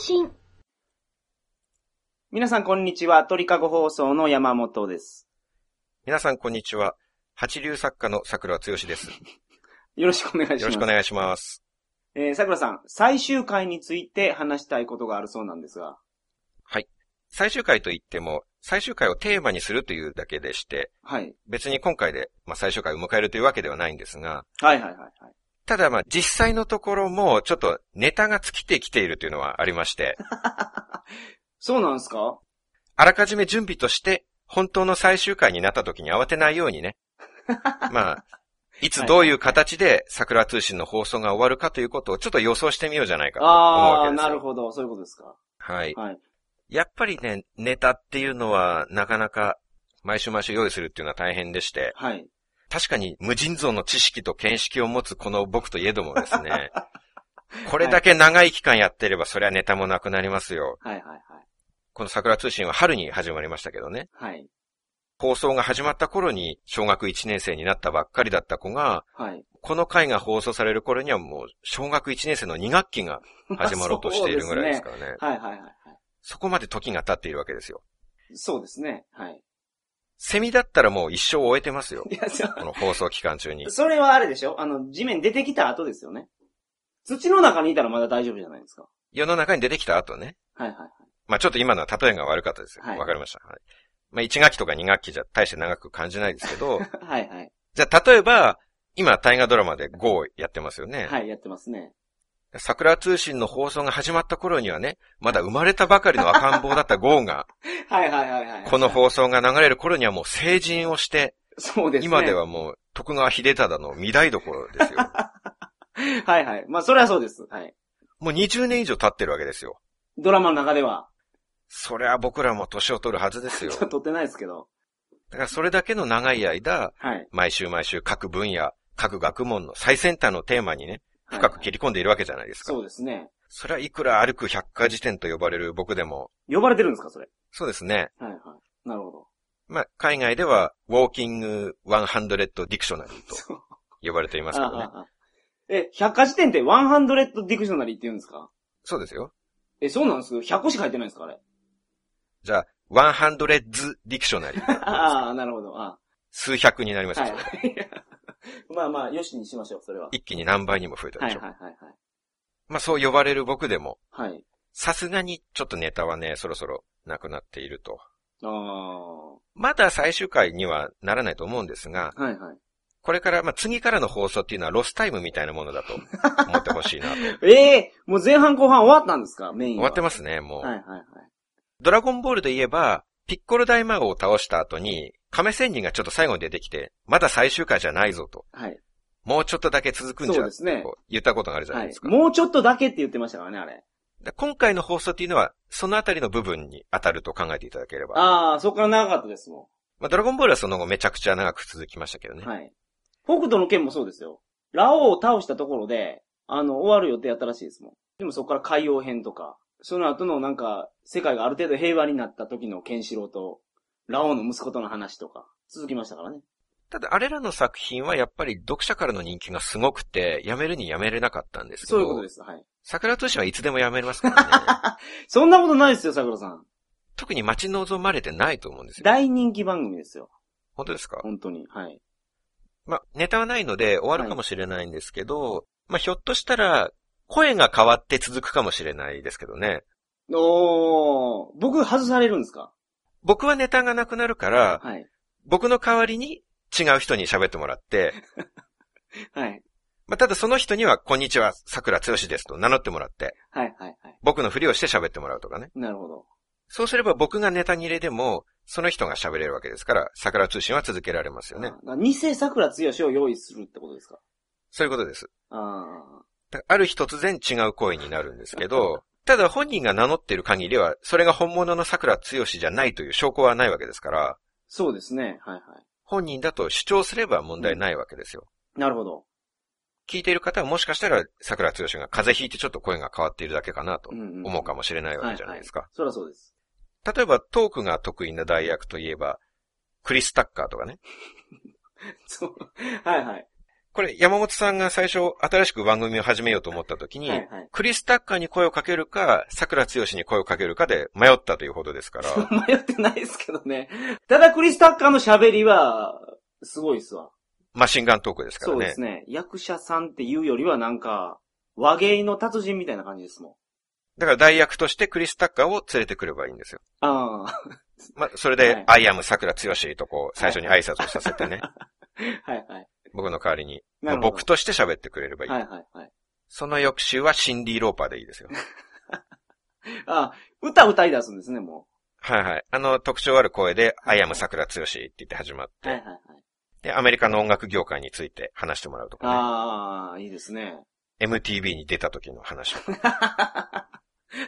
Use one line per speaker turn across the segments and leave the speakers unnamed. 信。
皆さんこんにちは。鳥かご放送の山本です。
皆さん、こんにちは。八流作家の桜剛です。よ
よろしくお願いします。
ろしくお願いします。
えー、桜さん、最終回について話したいことがあるそうなんですが。
最終回といっても、最終回をテーマにするというだけでして、
はい。
別に今回で、まあ、最終回を迎えるというわけではないんですが、
はいはいはい、はい。
ただまあ、実際のところも、ちょっとネタが尽きてきているというのはありま して、
そうなんですか
あらかじめ準備として、本当の最終回になった時に慌てないよう にね。まあ、いつどういう形で桜通信の放送が終わるかということをちょっと予想してみようじゃないかと思う
あ
わけ
ー、
ですよ。
なるほど。そういうことですか。
はい。
はい。
やっぱりね、ネタっていうのはなかなか毎週毎週用意するっていうのは大変でして、
はい。
確かに無尽蔵の知識と見識を持つこの僕といえどもです ね、これだけ長い期間やってればそりゃネタもなくなりますよ。
はいはい
この桜通信は春に始まりましたけどね。
はい。はい。
放送が始まった頃に小学1年生になったばっかりだった子が、
はい。
この回が放送される頃にはもう小学1年生の2学期が始まろうとしているぐら いですから ね。
はいはいはい。はい
そこまで時が経っているわけですよ。
そうですね。はい。
セミだったらもう一生終えてますよ
い。や、そ
この放送期間中に。
それはあれでしょあの、地面出てきた後ですよね。土の中にいたらまだ大丈夫じゃないですか。
世の中に出てきた後ね。
はいはいはい。
まあちょっと今のは例えが悪かったですよ。
はい
わかりました。はい。まあ1学期とか2学期じゃ大して長く感じないですけど、
はいはい。
じゃあ例えば、今大河ドラマで GO をやってますよね。
はい、やってますね。
桜通信の放送が始まった頃にはね、まだ生まれたばかりの赤ん坊だった GO が、
はいはいはいはい。
この放送が流れる頃にはもう成人をして、
そうですね。
今で。はもう徳川秀忠の御台所です よ。
はいはい。まあ、それはそうです。はい。
もう20年以上経ってるわけですよ。
ドラマの中では、
そりゃ僕らも年を取るはずですよ。
撮ってないですけど。
だからそれだけの長い間、
はい。
毎週毎週各分野、各学問の最先端のテーマにね、
はい
深く切り込んでいるわけじゃないですか。
そうですね。
それはいくら歩く百科事典と呼ばれる僕でも、
呼ばれてるんですか、それ。
そうですね。
はいはい。なるほど。
まあ、海外では、ウォーキング100ディクショナリーと
そう。
呼ばれていますけど ね。
あああえ、百科事典って100ディクショナリーって言うんですか
そうですよ。
え、そうなんですか ?100 個しか入ってないんですかあれ。
じゃあ、100ディクショナリー。
ああ、なるほど。あ
数百になりまし
は
た
い
けど、。
まあまあ、よしにしましょう、それは。
一気に何倍にも増えた
は
で
い
し
は
ょ
い。はい
まあ、そう呼ばれる僕でも、
はい。はい。
さすがにちょっとネタはね、そろそろなくなっていると。
ああ、は
まだ最終回にはならないと思うんですが、
いはい。
これから、まあ、次からの放送っていうのはロスタイムみたいなものだと思ってほ しいなと。
ええもう前半後半終わったんですかメイン
終
は。
わって
ま
ますね、もう。
はいはいはい。
ドラゴンボールで言えば、ピッコロ大魔王を倒した後に、亀仙人がちょっと最後に出てきて、まだ最終回じゃないぞと。
はい。
もうちょっとだけ続くんじ
そう
ゃ
で、すね。
と言ったことがあるじゃな
はいい
です。か。
もうちょっとだけって言ってましたからね、あれ。
で今回の放送っていうのは、そのあたりの部分に当たると考えていただければ。
ああ、そこから長かったですも
まあ、ドラゴンボールはその後めちゃくちゃ長く続きましたけど
ん。
ね。
はい。北斗の剣もそうですよ。ラオウを倒したところで、あの、終わる予定やったらしいですもん。でもそこから海洋編とか、その後のなんか、世界がある程度平和になった時のケンシロウと、ラオウの息子との話とか、続きましたからね。
ただ、あれらの作品はやっぱり読者からの人気がすごくて、やめるにやめれなかったんですけ
そ
ど。
ういうことです。はい。
桜通信はいつでもやめま すからね。
そんなことないですよ、桜さん。
特に待ち望まれてないと思うんですよ。
大人気番組ですよ。
本当ですか
本当に。はい。
まあ、ネタはないので終わるかもしれないんですけど、まあ、ひょっとしたら、声が変わって続くかもしれないですけどね。
おー、僕外されるんですか
僕はネタがなくなるから、
はい。
僕の代わりに違う人に喋ってもらって、
はい。
まあ、ただその人には、こんにちは、桜剛ですと名乗ってもらって、
はい、はい、はい。
僕のふりをして喋ってもらうとかね。
なるほど。
そうすれば僕がネタに入れても、その人が喋れるわけですから、桜通信は続けられますよね
あ。。だから偽桜剛を用意するってことですか
そういうことです。
ああ。
だある日突然違う声になるんですけど、ただ本人が名乗ってる限りは、それが本物の桜強しじゃないという証拠はないわけですから、
そうですね。はいは
本人だと主張すれば問題ないわけですよ。
い。なるほど。
聞いている方はもしかしたら桜強しが風邪ひいてちょっと声が変わっているだけかなと
うん、うん。
思うかもしれないわけじゃないですか。
そりゃそうです。
例えばトークが得意な代役といえば、クリス・タッカーとかね。
そう。はいはい。
これ、山本さんが最初、新しく番組を始めようと思った時に、
はいはい
クリス・タッカーに声をかけるか、桜剛に声をかけるかで迷ったというほどですから、
迷ってないですけどね。ただクリスタッカーの喋りは、すごいっすわ。
マシンガントークですから
そうで
ね
す。ね。役者さんっていうよりはなんか、和芸の達人みたいな感じですもん。
だから代役としてクリス・タッカーを連れてくればいいんですよ。
ああ。
まあ、それ
は
で
い、
アイアム桜剛とこう、最初に挨拶をさせてね、
はいはい。
僕の代わりに、
な
まあ
るほど。
僕として喋ってくれればいい。
はいはいはい。
その翌週はシンディ・ローパーでいいですよ。
ああ、歌歌い出すんですね、も
はいはい。あの、特徴ある声で、
はい
I am 桜剛って言って始まっ
う。はい
て
は、いはい。
で、アメリカの音楽業界について話してもらうとかね、
ああ、いいですね。
MTV に出た時の話とか。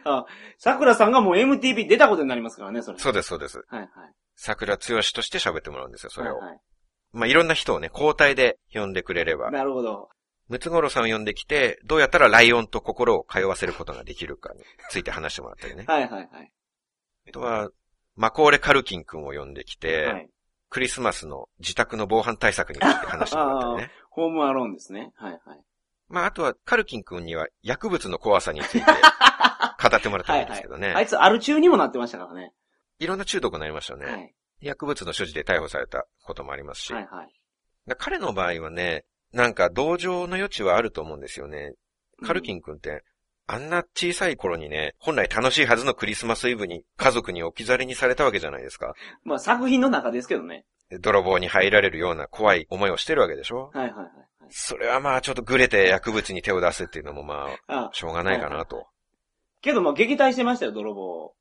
あ、桜さんがもう MTV 出たことになりますからね、それ。
そうです、そうです。
はいはい。
桜剛として喋ってもらうんですよ、それを。
はい
まあ、いろんな人をね、交代で呼んでくれれ
は
ば
い、。なるほど。。
ムツゴロウさんを呼んできて、どうやったらライオンと心を通わせることができるかについて話してもらったりね
はいはいはい。
あとは、マコーレ・カルキン君を呼んできて、
はい、
クリスマスの自宅の防犯対策について話してもらったりね。
ホームアローンですね。はいはい。
まあ、あとは、カルキン君には薬物の怖さに ついて語ってもらったらいいですけどね。
あいつアル中にもなってましたからね。
いろんな中毒になりましたよね。
はい。
薬物の所持で逮捕されたこともありますし。
はいはい。
だ彼の場合はね、なんか同情の余地はあると思うんですよね。カルキ
ン。
ン君って、あんな小さい頃にね、本来楽しいはずのクリスマスイブに家族に置き去りにされたわけじゃないですか。
まあ作品の中ですけどね。
で泥棒に入られるような怖い思いをしてるわけでしょ
はいはいはいはい。
それはまあちょっとグレて薬物に手を出すっていうのもまあ、
あ
しょうがないかなと。
けどまあ撃退してましたよ、泥棒。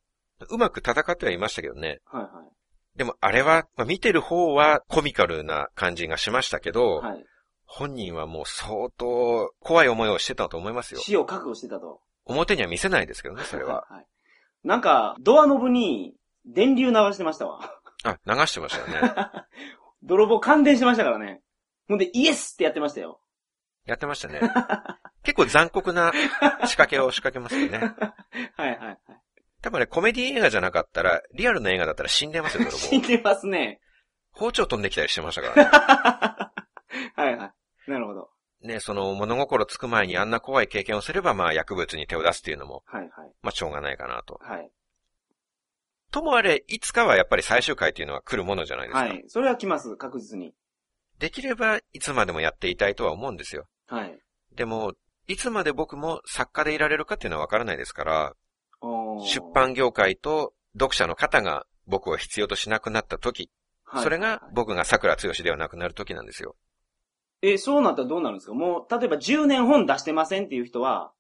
うまく戦ってはいましたけどね。
はいは
でもあれは、まあ、見てる方はコミカルな感じがしましたけど、
い。はい。
本人はもう相当怖い思いをしてたと思いますよ。
死を覚悟してたと。
表には見せないですけどね、そ れは。
いい。なんか、ドアノブに電流流してましたわ。
あ、流してましたよね。
泥棒感電してましたからね。ほんで、イエスってやってましたよ。
やってましたね。結構残酷な仕掛けを仕掛けます よね。
はいはいはい。
多分ね、コメディ映画じゃなかったら、リアルな映画だったら死ん でますよ、泥
死ん
棒。
でますね。
包丁飛んできたりしてましたからね。
はいはい。なるほど。
ね、その物心つく前にあんな怖い経験をすれば、まあ薬物に手を出すっていうのも、
はいはい。
まあしょうがないかなと。
はい。
ともあれ、いつかはやっぱり最終回っていうのは来るものじゃないですか。
はい。それは来ます、確実に。
できれば、いつまでもやっていたいとは思うんですよ。
はい。
でも、いつまで僕も作家でいられるかっていうのはわからないですから、
おー
出、版業界と読者の方が僕を必要としなくなった時、
はい
それが僕が桜剛ではなくなる時なんですよ。
え、そうなったらどうなるんですかもう、例えば10年本出してませんっていう人は、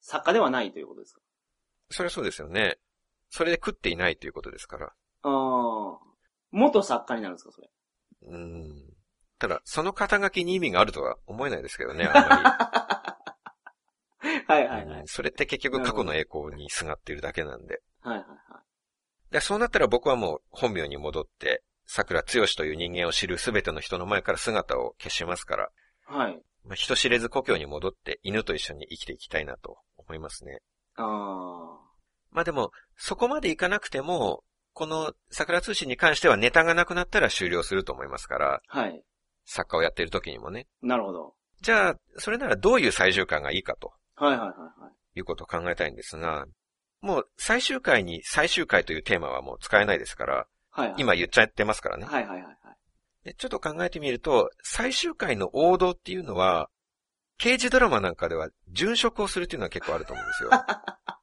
作家ではないということですか
それはそうですよね。それで食っていないということですから。
ああ。元作家になるんですかそれ。
うん。ただ、その肩書きに意味があるとは思えないですけどね、あ
はい
んま
は
り。
い は
う
い
ん。それって結局過去の栄光にすがっているだけなんで。
はいはいはい。
でそうなったら僕はもう本名に戻って、桜剛という人間を知るすべての人の前から姿を消しますから、
はい。
まあ、人知れず故郷に戻って犬と一緒に生きていきたいなと思いますね。
あ
まあでも、そこまでいかなくても、この桜通信に関してはネタがなくなったら終了すると思いますから、
あ。はい。
作家をやっている時にもね。
なるほど。
じゃあ、それならどういう最終回がいいかと
はいはいはいはい。
いうことを考えたいんですが、もう最終回に最終回というテーマはもう使えないですから、
はい、はい。
今言っちゃってますからね。
はいはいはいはい。
でちょっと考えてみると、最終回の王道っていうのは、刑事ドラマなんかでは、殉職をするっていうのは結構あると思うんです よ。
はい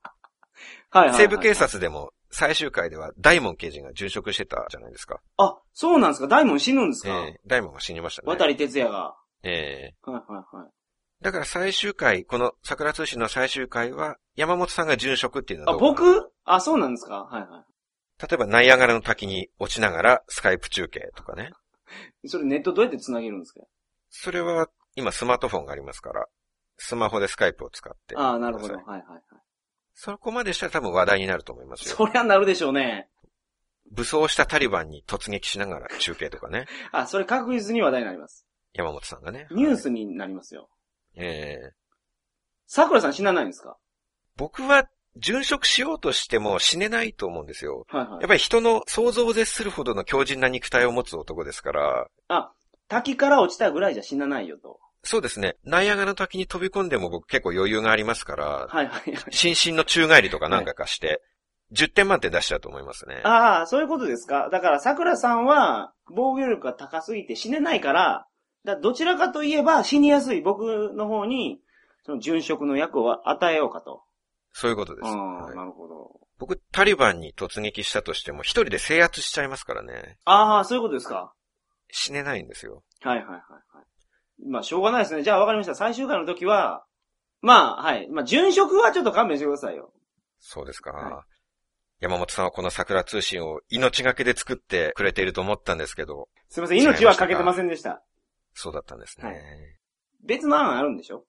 はい、はい。
西部警。察でも、最終回では、大門刑事が殉職してたじゃないですか。
あ、そうなんですか大門死ぬんです
え
か、
え大門が死にました
渡
ね。
哲也が。
ええ
はいはいはい。
だから最終回、この桜通信の最終回は、山本さんが殉職っていうのは
あ、
どうかな
僕あ、そうなんですかはいは
例えば、ナイアガラの滝に落ちながら、スカイプ中継とかね。
い。それネットどうやって繋げるんですか
それは、今スマートフォンがありますから、スマホでスカイプを使って。
ああ、なるほど。
く
はい
ださい
はいはい。
そこまでしたら多分話題になると思いますよ。
そりゃなるでしょうね。
武装したタリバンに突撃しながら中継とかね。
あ、それ確実に話題になります。
山本さんがね。
ニュー
はい
スになりますよ。
ええ
桜さん死なないんですか
僕は、殉職しようとしても死ねないと思うんですよ。
はいは
やっ
い。
ぱり人の想像を絶するほどの強靭な肉体を持つ男ですから、
滝から落ちたぐらいじゃ死なないよと。
そうですね。ナイアガラの滝に飛び込んでも僕結構余裕がありますか
は
ら、
いはいはい。
新進の宙返りとか何回かして、10点満点出しちゃうと思いますね。
ああ、そういうことですか。だから、桜さんは、防御力が高すぎて死ねないから、だどちらかといえば死にやすい僕の方に、その殉職の役を与えようかと。
そういうことです。
あ
は
あ、
い
なるほど。
僕、タリバンに突撃したとしても、一人で制圧しちゃいますからね。
ああ、そういうことですか。
死ねないんですよ。
はいはいはいはい。まあ、しょうがないですね。じゃあ、わかりました。最終回の時は、まあ、はい。まあ、殉職はちょっと勘弁してくださいよ。
そうですか。
は
山本さんはこの桜通信を命がけで作ってくれていると思ったんですけど、
すいません。命はかけてませんでした。
そうだったんですね。
はい別の案あるんでしょ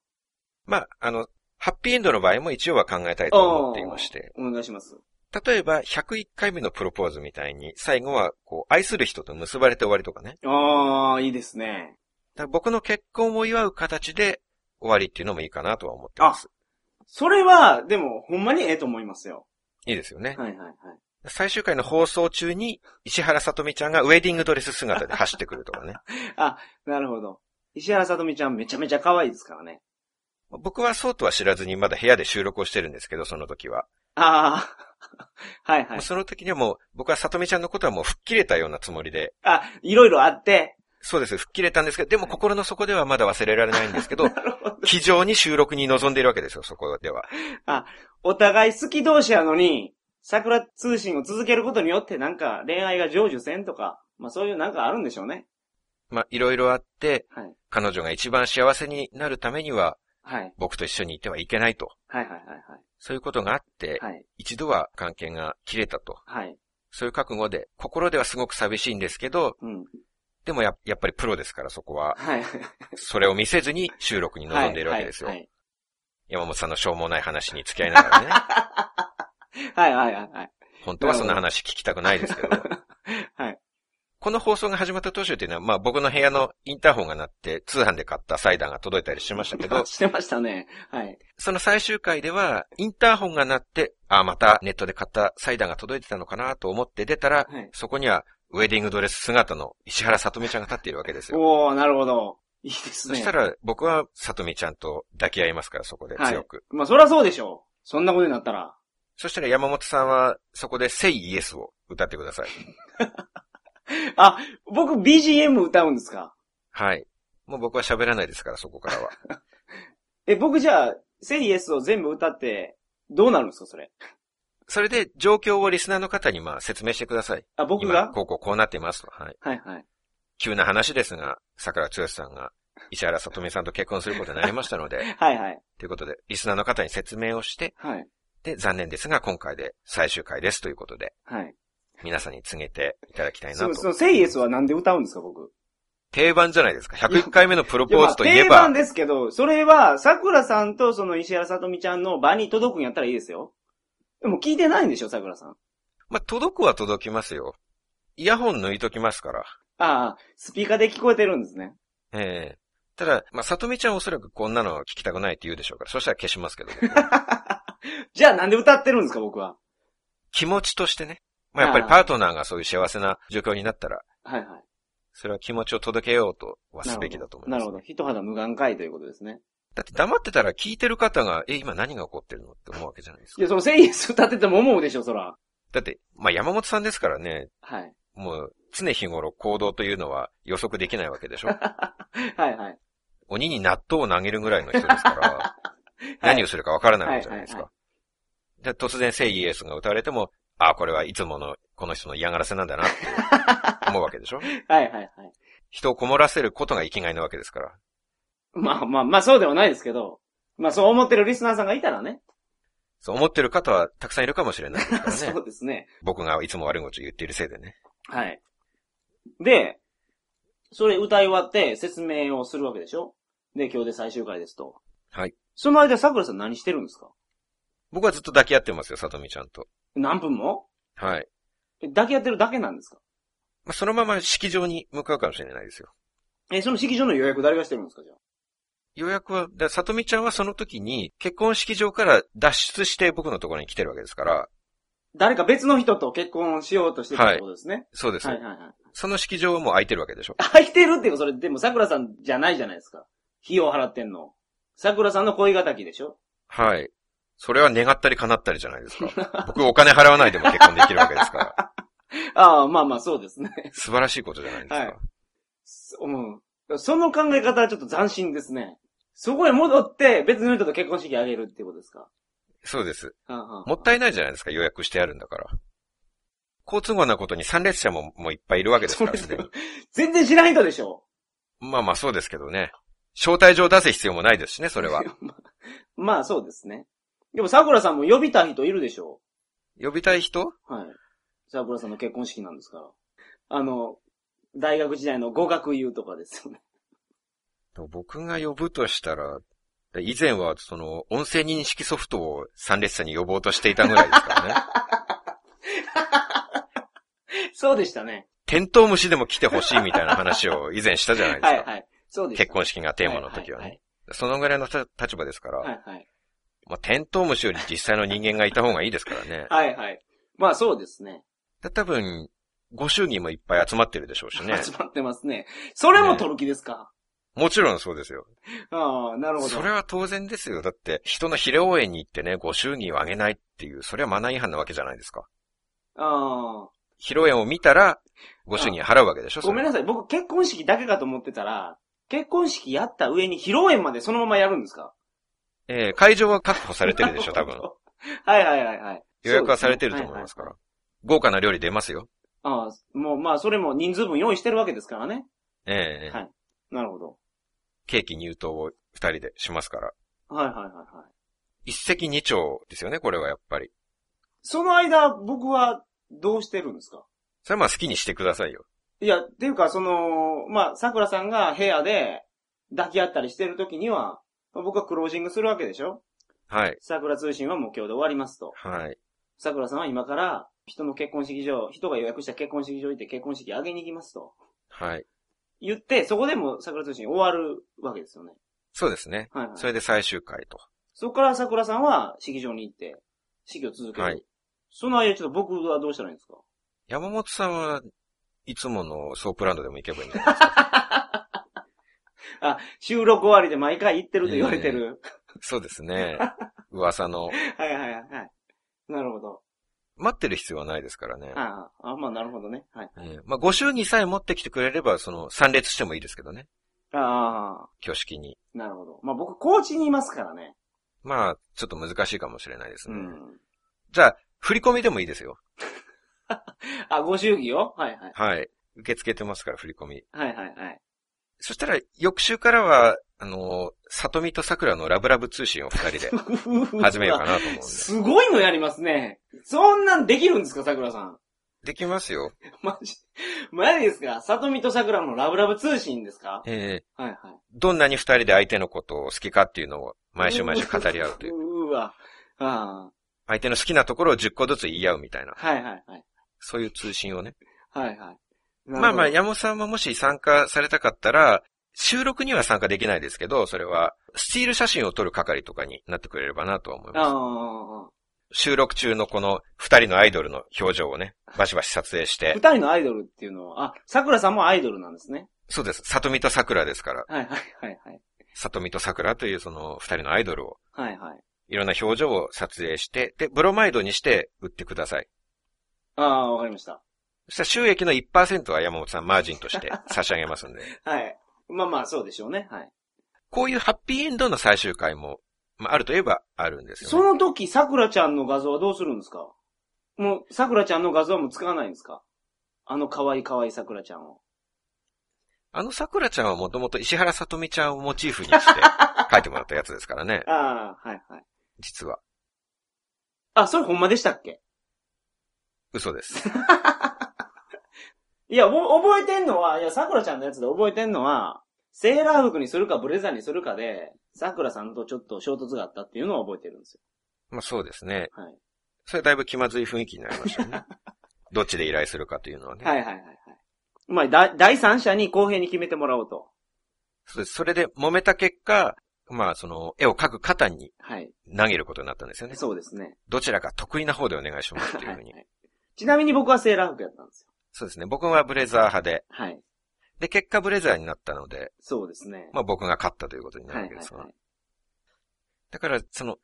まあ、あの、ハッピーエンドの場合も一応は考えたいと思っていまして。
お願いします。
例えば、101回目のプロポーズみたいに、最後は、こう、愛する人と結ばれて終わりとかね。
ああ、いいですね。
だから僕の結婚を祝う形で終わりっていうのもいいかなとは思ってます。
それは、でも、ほんまにええと思いますよ。
いいですよね。
はいはいはい。
最終回の放送中に、石原さとみちゃんがウェディングドレス姿で走ってくるとかね。
なるほど。石原さとみちゃんめちゃめちゃ可愛いですからね。
僕はそうとは知らずにまだ部屋で収録をしてるんですけど、その時は。
ああ、 はいはい。
その時にはもう、僕はさとみちゃんのことはもう吹っ切れたようなつもりで、
あ、いろいろあって。
そうです、吹っ切れたんですけど、でも心の底ではまだ忘れられないんですけど、
なるほど。
非常に収録に臨んでいるわけですよ、そこでは。
お互い好き同士やのに、桜通信を続けることによってなんか恋愛が成就せんとか、まあそういうなんかあるんでしょうね。
まあ、いろいろあって、
はい。
彼女が一番幸せになるためには、
はい。
僕と一緒にいてはいけないと。
はいはいはい
そういうことがあって、
はい。はい。
一度は関係が切れたと。
はい。
そういう覚悟で、心ではすごく寂しいんですけど、
うん。
でもややっぱりプロですから、そこは。
はい。
それを見せずに収録に臨んでいるわけですよ
は。い
山本さんのしょうもない話に付き合いな がらね。
はいはいはいはい。
本当はそんな話聞きたくないですけど。
はい。、
この放送が始まった当初っていうのは、まあ僕の部屋のインターホンが鳴って、通販で買ったサイダーが届いたりしましたけ ど
してましたね。はい。
その最終回では、インターホンが鳴って、ああ、またネットで買ったサイダーが届いてたのかなと思って出たら、
はい
そこにはウェディングドレス姿の石原さとみちゃんが立っているわけですよ。
おー、なるほど。いいです
そ
ね。
したら僕はさとみちゃんと抱き合いますから、そこで
はい
強く。
まあそりゃそうでしょう。そんなことになったら。
そしたら山本さんは、そこで Say Yes を歌ってください。
あ、僕 BGM 歌うんですか
はい。もう僕は喋らないですから、そこからは。
え、僕じゃあ、セリエスを全部歌って、どうなるんですか、それ。
それで、状況をリスナーの方にまあ説明してください。
あ、僕
今、
が
こうこうこうなってますと。はい。
はいはい。
急な話ですが、桜剛さんが、石原さとみさんと結婚することになりましたの で、
はいはい。
ということで、リスナーの方に説明をして、
はい。
で、残念ですが、今回で最終回ですということで、
はい。
皆さんに告げていただきたいな
そ
と。
の、その、セイエスはなんで歌うんですか、僕。
定番じゃないですか。101回目のプロ
いや
ポー
まあ
ズといえ
定
ば
番、ですけど、それは、桜さんとその石原さとみちゃんの場に届くんやったらいいですよ。でも聞いてないんでしょ、桜さん。
まあ、届くは届きますよ。イヤホン抜いときますから。
ああ、スピーカーで聞こえてるんですね。
ええただ、まあ、さとみちゃんはおそらくこんなのは聞きたくないって言うでしょうから、そしたら消しますけど、
じゃあなんで歌ってるんですか、僕は。
気持ちとしてね。まあ、やっぱりパートナーがそういう幸せな状況になったら、
はいはい。
それは気持ちを届けようとはすべきだと思いま
な
す、
るほど。一肌無眼かいということですね。
だって黙ってたら聞いてる方が、え、今何が起こってるのって思うわけじゃないです
い
か
や、。そのセイエス歌ってても思うでしょ、そら。
だって、まあ、山本さんですからね、
はい。
もう常日頃行動というのは予測できないわけで しょ。
はいはい。
鬼に納豆を投げるぐらいの人で すから、何をするかわからないわけじゃないです
は
か。じゃあ突然セイイエスが歌われても、ああ、これはいつものこの人の嫌がらせなんだなっ て思うわけでしょ
はいはいはい。
人をこもらせることが生きがいなわけですから。
まあまあまあそうではないですけど、まあそう思ってるリスナーさんがいたらね。
そう思ってる方はたくさんいるかもしれないですか ら
そ
ね。
うですね。
僕がいつも悪口言っているせいでね。
はい。で、それ歌い終わって説明をするわけでしょで、今日で最終回ですと。
はい。
その間、桜さん何してるんですか
僕はずっと抱き合ってますよ、さとみちゃんと。
何分も
はい。
え抱き合ってるだけなんですか
まあ、そのまま式場に向かうかもしれないですよ。
え、その式場の予約誰がしてるんですかじゃ
予約は、ださとみちゃんはその時に結婚式場から脱出して僕のところに来てるわけですから、
誰か別の人と結婚しようとしてたってことですね。
そうです。
はい、はい、はいはいはい
その式場はもう空いてるわけでしょ。
空いてるっていうか、それ、でも桜さんじゃないじゃないですか。費用払ってんの。桜さんの恋敵でしょ
はい。それは願ったり叶ったりじゃないです か。僕お金払わないでも結婚できるわけです から。
ああ、まあまあそうですね。
素晴らしいことじゃないですか。
はいそうん。その考え方はちょっと斬新ですね。そこへ戻って別の人と結婚式あげるっていうことですか
そうです。も
も
ったいないじゃないですか。予約してあるんだから。交通合なことに参列者ももういっぱいいるわけですから、すでに。
全然知らん人でしょ
まあまあそうですけどね。招待状出す必要もないですしね、それは。
まあそうですね。でも桜さんも呼びたい人いるでしょ
呼びたい人
はい。桜さんの結婚式なんですから。あの、大学時代の語学友とかですよね。
僕が呼ぶとしたら、以前はその音声認識ソフトを参列者に呼ぼうとしていたぐらいです からね。
そうでしたね。
テントウムシでも来てほしいみたいな話を以前したじゃないですか。
はいはい。そうでした。
結婚式がテーマの時はね。
はい
そのぐらいのた立場ですから、
はいはい。
まあ、テントウムシより実際の人間がいた方がいいですからね。
はいはいはい。まあそうですね。
で多分、ご祝儀もいっぱい集まってるでしょうしね。
集 まってますね。それも取る気ですか、
もちろんそうですよ。
ああ、なるほど。
それは当然ですよ。だって、人の披露宴に行ってね、ご祝儀をあげないっていう、それはマナー違反なわけじゃないですか。
あ
披露宴を見たら、ご祝儀払うわけでし
あ。
ょ
ごめん
な
なさい。僕結婚式だけかと思ってたら、結婚式やった上に披露宴までそのままやるんですか
えー会場は確保されてるでしょ、多分。。
はいはいはいはい。
予約はされてると思います
か
から。豪華な料理出ますよ。
ああ、もうまあそれも人数分用意してるわけですからね。
ええ
はいなるほど。
ケーキ入刀を二人でしますから。
はいはいはいはい。
一石二鳥ですよね、これはやっぱり。
その間僕はどうしてるんですか
それはまあ好きにしてくださいよ。
いや、っていうかその、まあ桜さんが部屋で抱き合ったりしてる時には、僕はクロージングするわけでしょ
はい。
桜通信はもう今日で終わりますと。
はい。
桜さんは今から、人の結婚式場、人が予約した結婚式場行って結婚式あげに行きますと。
はい。
言って、そこでもう桜通信終わるわけですよね。
そうですね。
はいはい。
それで最終回と。
そこから桜さんは式場に行って、式を続ける。
はい
その間、ちょっと僕はどうしたらいいんですか
山本さんはいつものソープランドでも行けばいいんじゃないですか。
あ、収録終わりで毎回行ってると言われてる。
そうです ね。噂の。
はいはいはいはい。なるほど。
待ってる必要はないですからね。
ああ、あまあなるほどね。はい。
ええまあ、ご祝儀さえ持ってきてくれれば、その、参列してもいいですけどね。
ああ、
挙式に。
なるほど。まあ僕、高知にいますからね。
まあ、ちょっと難しいかもしれないです
う
ね。
ん。
じゃあ、振り込みでもいいですよ。
あ、ご祝儀よはいはい。
はい。受け付けてますから、振り込み。
はいはいはい。
そしたら、翌週からは、あの、里見と桜のラブラブ通信を二人 で 始めようかなと思うんです。
すごいのやりますね。そんなんできるんですか、桜さん。
できますよ。
マジ、マジですか里見と桜のラブラブ通信ですか
ええ
はいはい。
どんなに二人で相手のことを好きかっていうのを毎週毎週語り合う という。
うーわ。あ
相手の好きなところを10個ずつ言い合うみたいな
あ。。はいはいはい。
そういう通信をね。
はいはい。
まあまあ、
や、
山本さんももし参加されたかったら、収録には参加できないですけど、それは、スチール写真を撮る係とかになってくれればなとは思い
あ
ます。
あ。
収録中のこの二人のアイドルの表情をね、バシバシ撮影して
二、人のアイドルっていうのは、あ、桜さんもアイドルなんですね。
そうです。里見と桜ですから。
はいはいはいはい。
里見と桜というその二人のアイドルを、
はいはい。
いろんな表情を撮影して、で、ブロマイドにして売ってください。
ああ、わかりました。
そしたら収益の1%は山本さんマージンとして差し上げますんで。
はい。まあまあ、そうでしょうね。はい。
こういうハッピーエンドの最終回も、まあ、あるといえばあるんです
そ
よね。
の時、桜ちゃんの画像はどうするんですかもう、桜ちゃんの画像はもう使わないんですかあの可愛い可愛い桜ちゃんを。、
あの桜ちゃんはもともと石原さとみちゃんをモチーフにして書いてもらったやつですからね
ああ、はいはい。
実は。
あ、それほんまでしたっけ
嘘 です。
いや、お覚えてんのは、いや、桜ちゃんのやつで覚えてんのは、セーラー服にするかブレザーにするかで、桜さんとちょっと衝突があったっていうのを覚えてるんですよ。
まあそうですね。
はい。
それだいぶ気まずい雰囲気になりました よね。どっちで依頼するかというのはね。
はいはいはいはい。まあ、だ第三者に公平に決めてもらおうと。
そうです。それで揉めた結果、まあその絵を描く方に
はい。
投げることになったんですよね。
そうですね。
どちらか得意な方でお願いしますっていうふうに
は。いはいちなみに僕はセーラー服やったんですよ。
そうですね。僕はブレザー派で、
はい。
で、結果ブレザーになったので、
そうですね。
まあ僕が勝ったということになる
は
わ
い
け
は
です
い
が。
はい。
だから、その、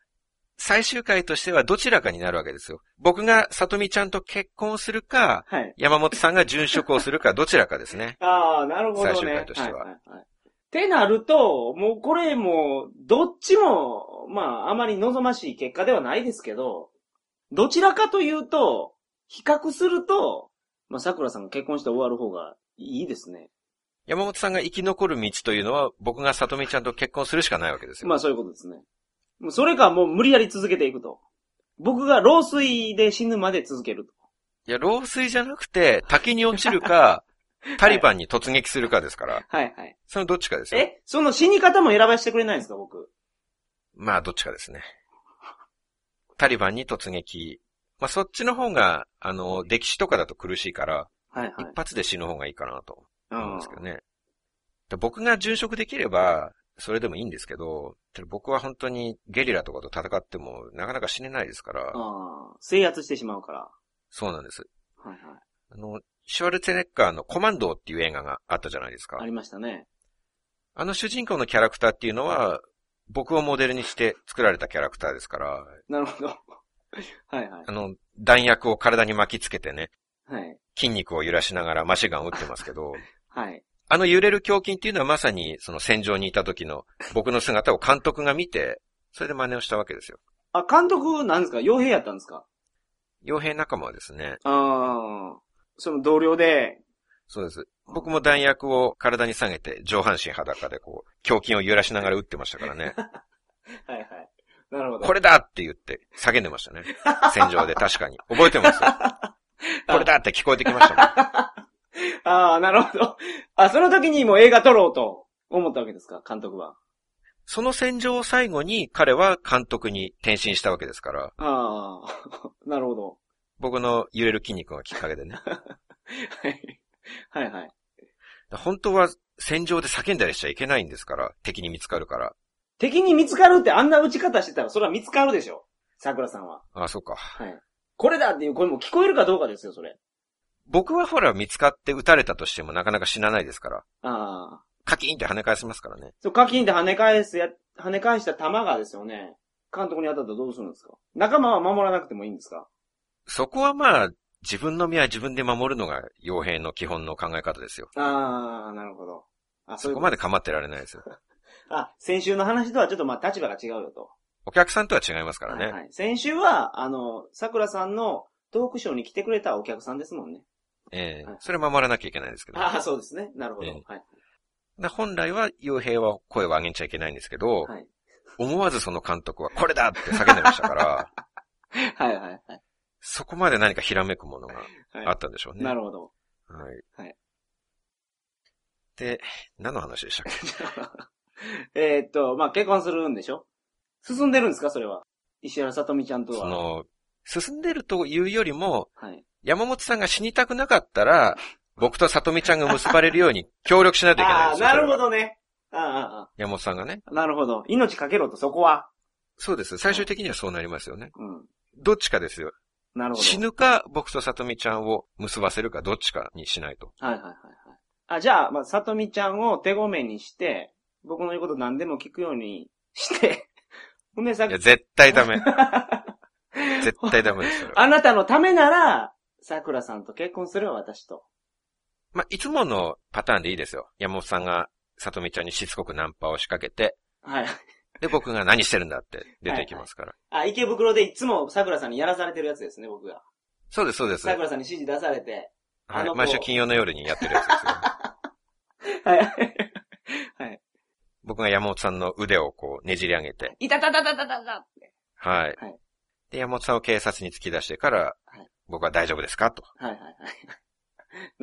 最終回としてはどちらかになるわけですよ。僕が里美ちゃんと結婚するか、
はい。
山本さんが殉職をするか、どちらかですね。
ああ、なるほどね。
最終回としてはい
いはいってなると、もうこれも、どっちも、まあ、あまり望ましい結果ではないですけど、どちらかというと、比較すると、まあ、桜さんが結婚して終わる方がいいですね。
山本さんが生き残る道というのは、僕が里美ちゃんと結婚するしかないわけですよ。
まあ、そういうことですね。もうそれかもう無理やり続けていくと。僕が老衰で死ぬまで続けると。
いや、老衰じゃなくて、滝に落ちる か、タリバンに突撃するかですから、
はいはい。
そのどっちかですよ。
え、その死に方も選ばせてくれないんですか、僕。
まあ、どっちかですね。タリバンに突撃。まあ、そっちの方が、あの、歴史とかだと苦しいから、
はいはい。
一発で死ぬ方がいいかなと思うんですけど
う
ね。で僕が殉職できれば、それでもいいんですけど、ただ僕は本当にゲリラとかと戦っても、なかなか死ねないですか
あ
ら、
あ、制圧してしまうから。
そうなんです。
はいはい。
あの、シュワルツェネッガーのコマンドっていう映画があったじゃないですか
あ。りましたね。
あの主人公のキャラクターっていうのは、僕をモデルにして作られたキャラクターですから、
なるほど。 はいはい。
あの、弾薬を体に巻きつけてね、
はい。
筋肉を揺らしながらマシガンを撃ってますけ ど、
はい。
あの揺れる胸筋っていうのはまさにその戦場にいた時の僕の姿を監督が見て、それで真似をしたわけですよ。
あ、監督なんですか傭兵やったんですか
傭兵仲間はですね、
ああ。その同僚で、
そうです。僕も弾薬を体に下げて上半身裸でこう、胸筋を揺らしながら撃ってましたからね、
はいはい。なるほど。
こ
れ、
れだって言って叫んでましたね。戦場で確かに。覚えてますよ。これだって聞こえてきましたもん。
ああ、なるほど。 あ、その時にもう映画撮ろうと思ったわけですか監督は。
その戦場を最後に彼は監督に転身したわけですから、
ああ、 なるほど。
僕の揺れる筋肉がきっかけでね。
はい。はいはい。
本当は戦場で叫んだりしちゃいけないんですから、敵に見つかるから。
敵に見つかるってあんな打ち方してたらそれは見つかるでしょ。桜さんは。
ああ、そうか。
はい。これだっていう声も聞こえるかどうかですよ、それ。
僕はほら見つかって撃たれたとしてもなかなか死なないですから、
ああ。
カキーンって跳ね返せますからね。
そう、課金で跳ね返すや、跳ね返した弾がですよね、監督に当たったらどうするんですか仲間は守らなくてもいいんですか
そこはまあ、自分の身は自分で守るのが傭兵の基本の考え方ですよ。
あー、なるほど。あ、
そ
いう
こ
と
まで構ってられないですよ。
あ、先週の話とはちょっとまあ立場が違うよと。
お客さんとは違いますから
はいは
ね。
い。先週は、あの、桜さんのトークショーに来てくれたお客さんですも んね。
ええ
はい
それ守らなきゃいけないですけど。
ああ、そうですね。なるほど。
ええ
はい。
で本来は傭兵は声を上げちゃいけないんですけど、
はい。
思わずその監督はこれだって叫んでまし たから、
はいはいはい。
そこまで何かひらめくものがあ
は
ったんでしょう
い。
ね。
なるほど。
はい。
はい
で、何の話でしたっけ
えーっと、まあ結婚するんでしょ進んでるんですかそれは。石原さとみちゃんとは。
その、進んでるというよりも、
はい。
山本さんが死にたくなかったら、僕と里美ちゃんが結ばれるように協力しないといけない
あ
んで
あー、
すよ。
なる
そ
ほ
れは
どね。あーあー、ああ。
山本さんがね。
なるほど。命かけろと、そこは。
そうです。最終的にはそうなりますよね。
うん。
どっちかですよ。
なるほど。
死。ぬか、僕と里美ちゃんを結ばせるか、どっちかにしないと。
はいはいはい。はいあ、じゃあ、まあ、さとみちゃんを手ごめにして、僕の言うこと何でも聞くようにして、 ほんでさ
いや、絶対ダメ。 絶対ダメですよ。
あなたのためなら、桜さんと結婚するわ、私と。
まあ、いつものパターンでいいですよ。山本さんが、さとみちゃんにしつこくナンパを仕掛けて、
はい。
で、僕が何してるんだって出てきますから。
あ、池袋でいつも桜さんにやらされてるやつですね、僕が。
そうです、そうです。は
桜さんに指示出されて。あ
い
の子
毎週金曜の夜にやってるやつですよ。
はい。
僕が山本さんの腕をこうねじり上げて、
いたたたたたたたって。
はい。
はい
で、山本さんを警察に突き出してから、
はい
僕は大丈夫ですかと。
はいはいはい。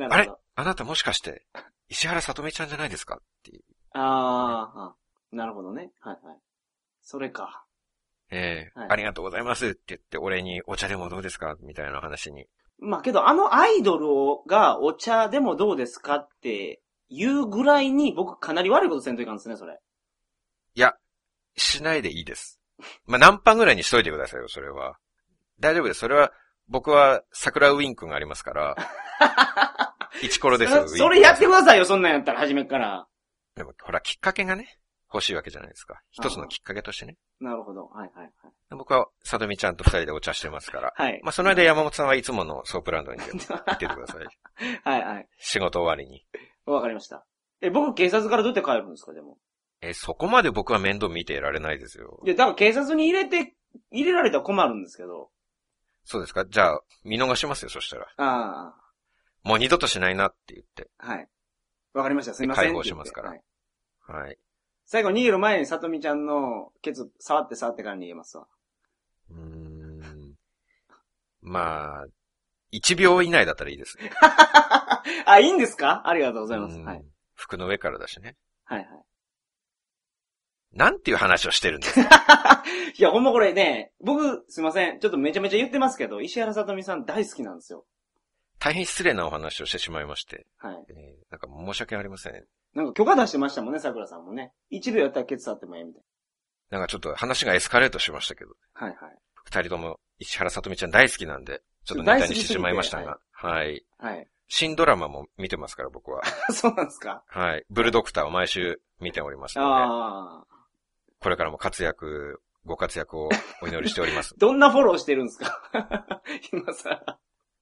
な
あ
る
れ
ほど。
あなたもしかして、石原さとみちゃんじゃないですかっていう。
あーあ、なるほどね。はいはい。それか。
ええ
はい
ありがとうございますって言って、俺にお茶でもどうですかみたいな話に。
まあけど、あのアイドルをがお茶でもどうですかって言うぐらいに僕かなり悪いことせんといかんですね、それ。
いや、しないでいいです。まあ、何パぐらいにしといてくださいよ、それ は。大丈夫です。それは、僕は桜ウインクがありますから、一コロですよ、
そそれやってくださいよ、そんなんやったら、初めっから。
でも、ほら、きっかけがね、欲しいわけじゃないですか。一つのきっかけとしてね。
なるほど。はいはいはい。
僕は、さとみちゃんと二人でお茶してますから。
はい。
まあ、その間山本さんはいつものソープランドに 行っててください。
はいはい。
仕事終わりに。
わかりました。え、僕、警察からどうやって帰るんですか、でも。
え、そこまで僕は面倒見ていられないですよ
い。や、だから警察に入れて、入れられたら困るんですけど。
そうですかじゃあ、見逃しますよ、そしたら。
あ
もう二度としないなって言って。
あ、はい。わかりました、すいません。
解放しますから
はい
はい。
最後逃げる前にさとみちゃんのケツ触って触ってから逃げますわ。
うーん。まあ、一秒以内だったらいいです。
あ、いいんですかありがとうございます。
うん
はい。
服の上からだしね。
はいはい。
なんていう話をしてるんですか
いや、ほんまこれね、僕、すいません。ちょっとめちゃめちゃ言ってますけど、石原さとみさん大好きなんですよ。
大変失礼なお話をしてしまいまして。
はい。
えーなんか申し訳ありません。
なんか許可出してましたもんね、桜さんもね。一秒やったらケツ触ってもええみたい
なんかちょっと話がエスカレートしましたけど、
な。はいはい。
二人とも石原さとみちゃん大好きなんで、ちょっとネタにしてしまいましたが、はい。
はい。
新ドラマも見てますから僕は。
そうなんですか
はい。ブルドクターを毎週見ておりますので、
ああ。
これからも活躍、ご活躍をお祈りしており ます。
どんなフォローしてるんですか 今さら。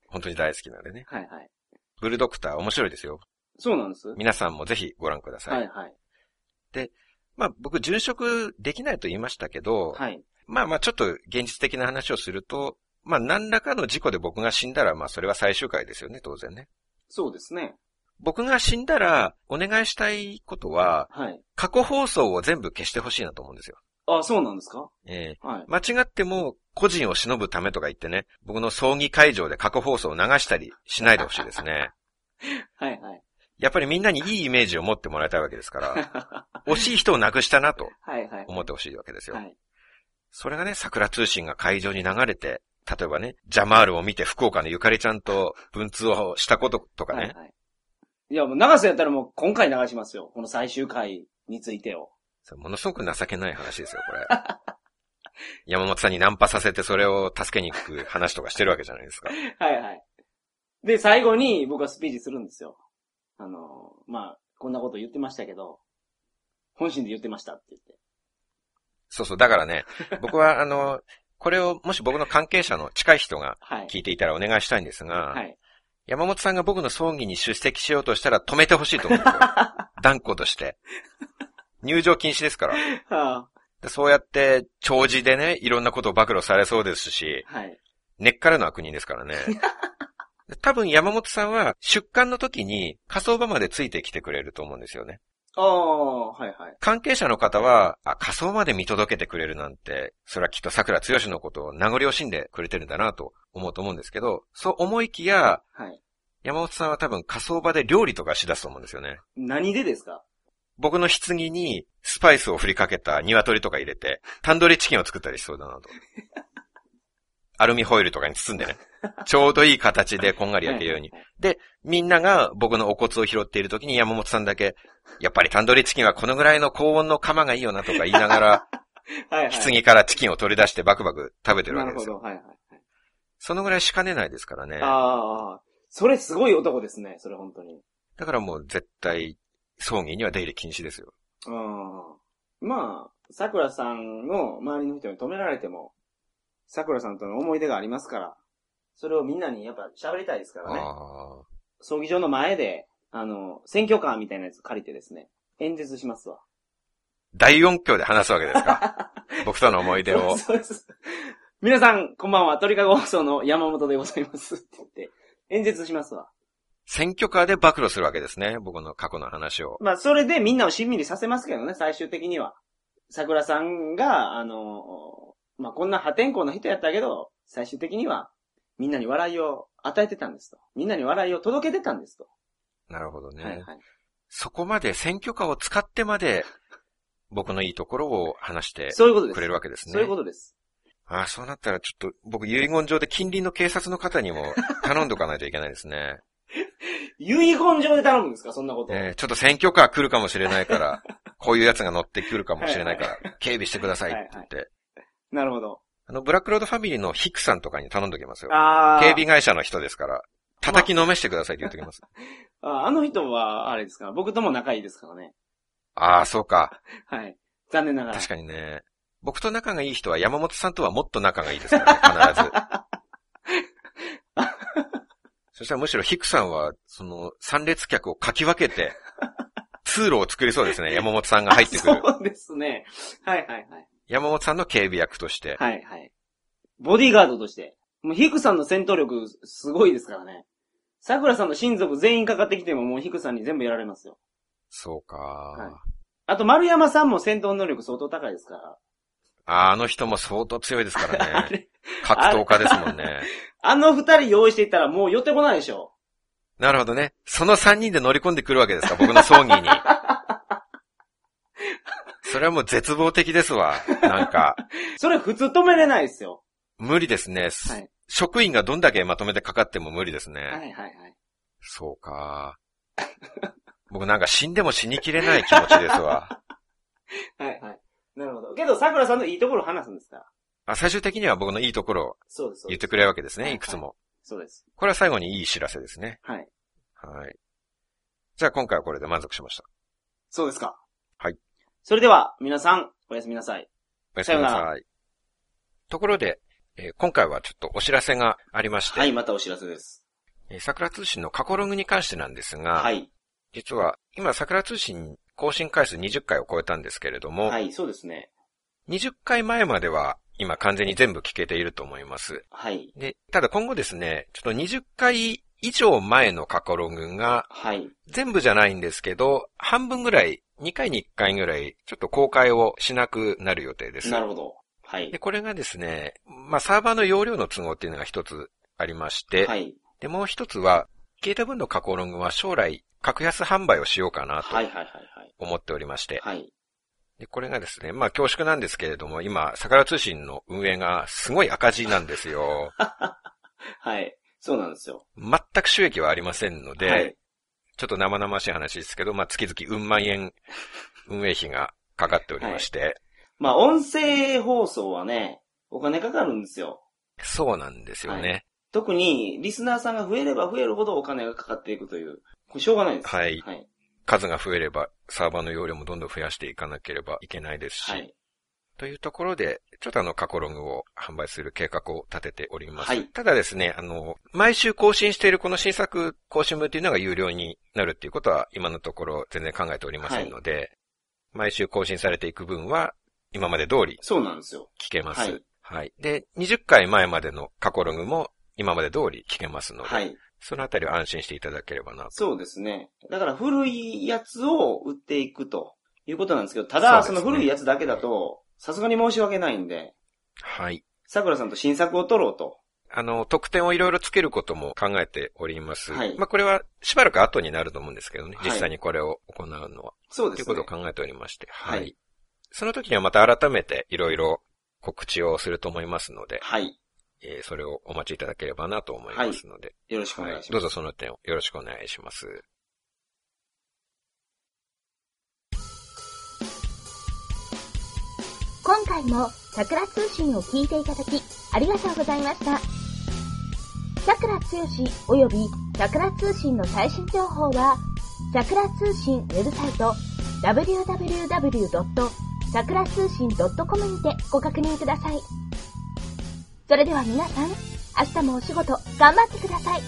本当に大好きなんでね。
はいはい。
ブルドクター面白いですよ。
そうなんです。は
皆さんもぜひご覧ください。
いはい。
まあ僕、殉職できないと言いましたけど、
はい。
まあまあちょっと現実的な話をすると、まあ何らかの事故で僕が死んだら、まあそれは最終回ですよね、当然ね。
そうですね。
僕が死んだら、お願いしたいことは、
はい。
過去放送を全部消してほしいなと思うんですよ。
あ、そうなんですか
ええ
はい。
間違っても、個人を忍ぶためとか言ってね、僕の葬儀会場で過去放送を流したりしないでほしいですね。
はいはい。
やっぱりみんなにいいイメージを持ってもらいたいわけですから、惜しい人を亡くしたなと
はいはい。
思ってほしいわけですよ
は。い。
それがね、桜通信が会場に流れて、例えばね、ジャマールを見て福岡のゆかりちゃんと文通をしたこととかね、
はいはい。いや、もう長瀬やったらもう今回流しますよ。この最終回についてを。
それものすごく情けない話ですよ、これ。 山本さんにナンパさせてそれを助けに行く話とかしてるわけじゃないですか。
はいはい。で、最後に僕はスピーチするんですよ。あの、まあ、こんなこと言ってましたけど、本心で言ってましたって言って。
そうそう、だからね、 僕はあの、これをもし僕の関係者の近い人が
はい。
聞いていたらお願いしたいんですが、
はい。
山本さんが僕の葬儀に出席しようとしたら止めてほしいと思 うんですよ。断固として。入場禁止ですから。
はあ
でそうやって、長寿でね、いろんなことを暴露されそうですし、
はい。
根っからの悪人で すからね。で多分山本さんは出棺の時に火葬場までついてきてくれると思うんですよね。
ああ、はいはい。
関係者の方は、あ、火葬まで見届けてくれるなんて、それはきっと桜剛のことを名残惜しんでくれてるんだなと思うと思うんですけど、そう思いきや、
はい。
山本さんは多分火葬場で料理とかしだすと思うんですよね。
何でですか
僕の棺にスパイスを振りかけた鶏とか入れて、タンドリーチキンを作ったりしそうだなと。アルミホイルとかに包んでね。ちょうどいい形でこんがり焼けるように。
はいはい
みんなが僕のお骨を拾っている時に山本さんだけ、やっぱりタンドリーチキンはこのぐらいの高温の釜がいいよなとか言いながら、
はい。はいはい
棺からチキンを取り出してバクバク食べてる
な
わけ
るほ
ですよ。
ど、はいはい。
そのぐらいしかねないですからね。
ああ、それすごい男ですね、それ本当に。
だからもう絶対、葬儀には出入り禁止ですよ。
うん。まあ、桜さんの周りの人に止められても、桜さんとの思い出がありますから、それをみんなにやっぱ喋りたいですからね。
ああ。
葬儀場の前で、あの、選挙カーみたいなやつ借りてですね、演説しますわ。
大音響で話すわけですか 僕との思い出を。
そうです。皆さん、こんばんは。鳥かご放送の山本でございます。って言って、演説しますわ。
選挙カーで暴露するわけですね。僕の過去の話を。
まあ、それでみんなをしんみりさせますけどね、最終的には。桜さんが、あの、まあ、こんな破天荒な人やったけど、最終的には、みんなに笑いを与えてたんですと。みんなに笑いを届けてたんですと。
なるほどね。
はいはい。
そこまで選挙カーを使ってまで、僕のいいところを話して
そういうことです。
くれるわけですね。
そういうことです。
ああ、そうなったらちょっと、僕遺言状で近隣の警察の方にも頼んどかないといけないですね。
遺言状で頼むんですかそんなこと。
えーちょっと選挙カー来るかもしれない から、こういう奴が乗ってくるかもしれないから、警備してくださいって言って。
なるほど。
あの、ブラックロードファミリーのヒックさんとかに頼んどきますよ。
あー。
警備会社の人ですから。叩きのめしてくださいって言っておきます。
ああの人は、あれですから、僕とも仲いいですからね。
ああ、そうか。
はい。残念ながら。
確かにね。僕と仲がいい人は山本さんとはもっと仲がいいですからね、 必ず。そしたらむしろヒクさんは、その、参列客をかき分けて、通路を作りそうですね、山本さんが入って くる。
そうですね。はいはいはい。
山本さんの警備役として。
はいはい。ボディーガードとして。もうヒクさんの戦闘力すごいですからね。桜さんの親族全員かかってきてももうヒクさんに全部やられますよ。
そうか、
いあと丸山さんも戦闘能力相当高いですから。
あ。あの人も相当強いですか
あ
らね。
れ、
格闘家ですもんね。
あの二人用意していったらもう寄ってこないでしょ。
なるほどね。その3人で乗り込んでくるわけですか、僕の葬儀 に。それはもう絶望的ですわ。な んか、
それ普通止めれないですよ。
無理ですね。
はい。
職員がどんだけまとめてかかっても無理ですね。
はいはいはい。
そうか。僕なんか死んでも死にきれない気持ちですわ。
はいはい。なるほど。けど桜さんのいいところ話すんですから。
あ最終的には僕のいいところを
そうです。そう
言っ
です
てくれるわけです
は
ね、
い
いくつも。
そうです。
これは最後にいい知らせですね。
はい。
はい。じゃあ今回はこれで満足しました。
そうですか。
はい。
それでは、皆さん、おやすみなさい。
おやすみな
さよ
さい。ところで、えー今回はちょっとお知らせがありまして、
はい、またお知らせです。
えー桜通信の過去ログに関してなんですが、
はい。
実は今桜通信更新回数20回を超えたんですけれども、
はい、そうですね。
20回前までは今完全に全部聞けていると思います。
はい。
で、ただ今後ですね、ちょっと20回以上前の過去ログが
はい。
全部じゃないんですけど、半分ぐらい、2回に1回ぐらい、ちょっと公開をしなくなる予定です。
なるほど。はい
で、。これがですね、まあサーバーの容量の都合っていうのが一つありまして、
はい。
で、もう一つは、ゲータ分の加工ログは将来、格安販売をしようかなと
はいはいはいはい。
思っておりまして、
はい。
で、これがですね、まあ恐縮なんですけれども、今、桜通信の運営がすごい赤字なんで すよ。
はい。そうなんですよ。
全く収益はありませんので、
はい。
ちょっと生々しい話ですけど、まあ、月々うん万円運営費がかかっておりまして、
まあ、音声放送はね、お金かかるんですよ。
そうなんですよね。
特に、リスナーさんが増えれば増えるほどお金がかかっていくという。これしょうがないです。
はい
はい。
数が増えれば、サーバーの容量もどんどん増やしていかなければいけないですし、
はい。
というところで、ちょっとあの、過去ログを販売する計画を立てております。
はい
ただですね、あの、毎週更新しているこの新作更新分というのが有料になるっていうことは、今のところ全然考えておりませんので、毎週更新されていく分は、今まで通り
そうなんですよ。
聞けます。
は
はいい。で、20回前までの過去ログも今まで通り聞けますので、
はい。
そのあたりは安心していただければな。
そうですね。だから古いやつを売っていくということなんですけど、ただ、そ,、
そう
の
ですね
古いやつだけだと、さすがに申し訳ないんで、
はい。
桜さんと新作を取ろうと。
あの、特典をいろいろつけることも考えております。
はい
まあ、これはしばらく後になると思うんですけどね。
はい
実際にこれを行うのは。
そう
と
で
いう
す
こ
ね。
とを考えておりまして。
はい
はい。その時にはまた改めていろいろ告知をすると思いますので、
はい。
えーそれをお待ちいただければなと思いますので、
よろしくお
はい
願いしま
どう
す。
ぞその点をよろしくお願いします。
今回も桜通信を聞いていただき、ありがとうございました。桜通信及び桜通信の最新情報は、桜通信ウェブサイト www. 桜通信 .com にてご確認ください。それでは皆さん、明日もお仕事頑張ってください。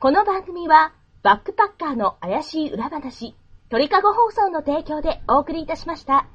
この番組は、バックパッカーの怪しい裏話、鳥かご放送の提供でお送りいたしました。